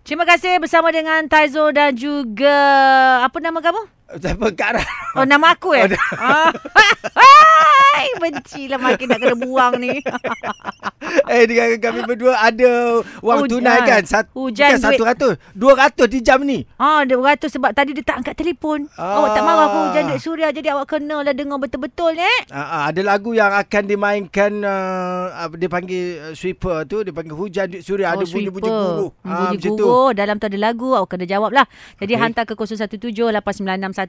Terima kasih bersama dengan Taizo dan juga apa nama kamu? Apa Kak Ran? Oh nama aku eh. Oh, dah. Oh, Hai, bencilah makin nak kena buang ni. Eh dengan kami berdua ada wang Hujan. tunai kan? Sat, Hujan duit. bukan 100, 200 di jam ni. Ah, dia beratur sebab tadi dia tak angkat telefon. Ah. Awak tak marah aku hujan duit suria jadi awak kenalah dengar betul-betul eh. Uh, ada lagu yang akan dimainkan uh, apa dia panggil uh, sweeper tu dia panggil hujan duit suri oh, ada bunyi-bunyi sweeper. guru. Ah, Hmm, bunyi guruh. Dalam tu ada lagu. Awak kena jawab lah. Jadi okay. Okey. hantar ke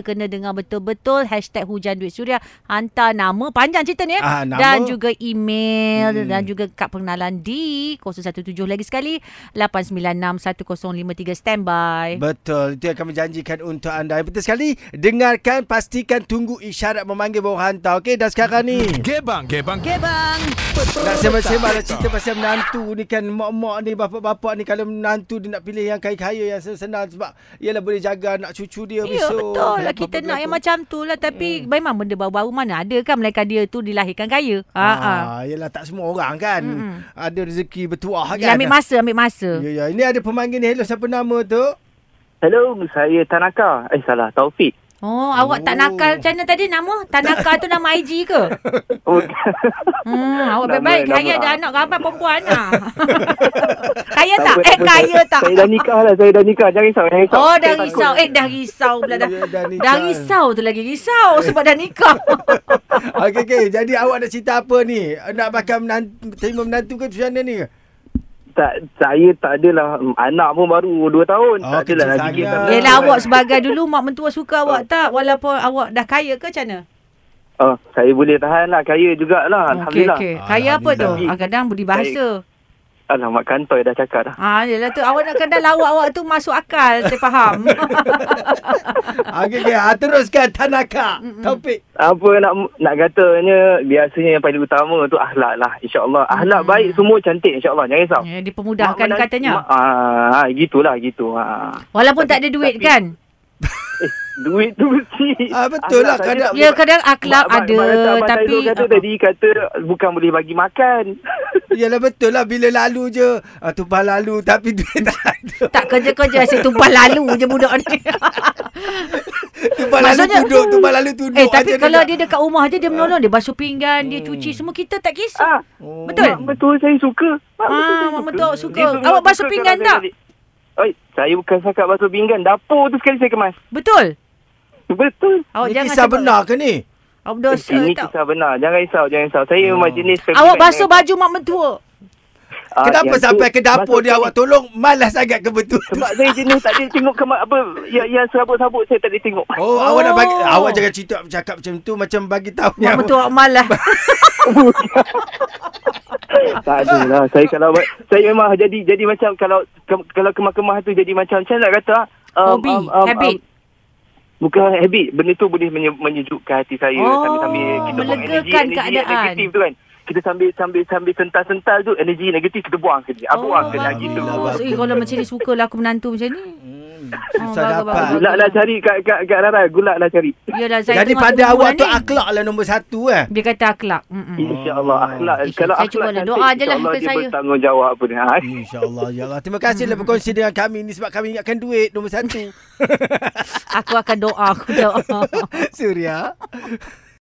0178961053. Kena dengar betul-betul. Hashtag hujan duit suria. Hantar nama. Panjang cerita ni. eh. Ah, nama. Dan juga email. Hmm. Dan juga kad pengenalan di 0178 lagi sekali. 8961053. Standby. Betul, itu yang kami janjikan untuk anda. Yang penting sekali, dengarkan, pastikan tunggu isyarat memanggil bawah hantar. Okey, dan sekarang ni, Gebang, gebang, Gebang. nak sembang-sembang ada cerita pasal menantu ni kan. Mak-mak ni, bapak-bapak ni, kalau menantu dia nak pilih yang kaya-kaya, yang senang-senang. Sebab, ialah boleh jaga anak cucu dia Ya besok. betul lah Kan, Kita apa-apa nak yang tu. Hmm. macam tu lah Tapi memang benda baru-baru mana ada kan Melainkan dia tu dilahirkan kaya ha, Ah, ha. ah. Yelah, tak semua orang kan. Mm-mm. Ada rezeki bertuah kan. Dia ambil masa Ambil masa Ya, ya. Ini ada pemanggil ni. Hello, siapa nama tu? Hello, saya Tanaka. Eh, salah. Taufik. Oh, awak tak Oh. nakal macam mana tadi nama? Tak nakal tu nama IG ke? Oh, Hmm, awak Nama- baik-baik. nama- Kaya ada anak ramai perempuan lah. kaya tak? apa, Eh, apa, kaya saya- tak? Saya dah nikah lah. Saya dah nikah. Jangan risau. Jangan risau. Oh, Saya dah takut. risau. Eh, dah risau pula dah. Ya, dah nikah. Dah risau tu lagi risau sebab dah nikah. Okey, okey. Jadi awak nak cerita apa ni? Nak bakal menantu, terima menantu ke macam mana ni? Tak, saya tak adalah mm, anak pun baru 2 tahun. Oh, tak kecil adalah lagi. sangat. sangat. Yelah, awak sebagai dulu mak mentua suka awak tak? Walaupun awak dah kaya ke macam mana? Oh, saya boleh tahan lah. Kaya Okey, jugalah. Alhamdulillah. okey. Kaya apa tu? Alhamdulillah. Ah, kadang budi bahasa. Alamak, kantoi dah cakap dah. Ah, yelah tu. Awak nak kadang lawak awak tu masuk akal. Saya faham. Okey, okey. Ha, teruskan Tanaka. Topik. Apa nak nak katanya, biasanya yang paling utama tu akhlak lah. InsyaAllah. Akhlak Hmm. baik, semua cantik. InsyaAllah. Jangan risau. Ya, dipermudahkan Mak- katanya. Mak, ah, gitulah, gitu. Ah. Walaupun tak ada Tapi- duit tapi- kan? Duit tu mesti. Ah, betul lah, Akhlak saja kadang- tak Ya boleh- kadang akhlak Mak- ada mak- mak- abang tapi Taizul kata tadi kata bukan boleh bagi makan. Yalah betul lah bila lalu je ah, tumpah lalu tapi duit tak ada. tak kerja-kerja asyik tumpah lalu je budak ni. Tumpah Maksudnya- lalu duduk, tumpah lalu duduk. eh tapi aja kalau nak- dia dekat rumah je dia menolong dia basuh pinggan, dia cuci semua kita tak kisah. Hmm. ah, Oh. Betul? Mak betul saya suka. Mak Ah, betul saya mak betul suka. Dia memang Awak basuh suka pinggan kalau saya tak? balik. Oi, saya bukan setakat basuh pinggan. Dapur tu sekali saya kemas. Betul. Betul. Eh, Awak Ni Oh, jangan kisah sebut- benar ke ni? Awak berdosa Ini tak? kisah benar. Jangan risau, jangan risau. Saya memang Hmm. jenis Awak basuh baju mak mentua. Ah, Kenapa yang tu, sampai ke dapur basuh dia pinggan. awak tolong malas sangat ke betul? Sebab saya jenis tak ada tengok kemas apa yang, yang serabut-sabut saya tak ada tengok. Oh, awak nak bagi Oh. awak jangan cerita cakap macam tu macam bagi tahu Mak yang- mentua awak malah. tak ada lah. Saya kalau saya memang jadi jadi macam kalau ke- kalau kemas-kemas tu jadi macam macam nak kata ah, Um, Hobi, habit. bukan habit. Benda tu boleh menye- menyejukkan hati saya Oh, sambil-sambil kita buang energi, melegakan energi yang keadaan. negatif tu kan. Kita sambil sambil sambil sental-sental tu energi negatif kita buang sekejap. Ah, buang bagus. kena gitu. bagus. Eh kalau macam ni sukalah aku menantu macam ni. Hmm, Oh, susah bagus, dapat. bagus. Gulak lah cari kat kat kat Rara, gulak lah cari. Yalah saya Jadi tengah pada tunggu awak tu ni. akhlak lah nombor satu eh. dia kata akhlak. Mm-mm. InsyaAllah akhlak. Insya- Kalau Hmm. saya akhlak cubalah. cantik, Doa je lah insyaAllah ke dia saya. bertanggungjawab pun. Ha. InsyaAllah ya Allah. Terima kasih lah berkongsi dengan kami ni sebab kami ingatkan duit nombor satu. Aku akan doa, aku doa. Surya.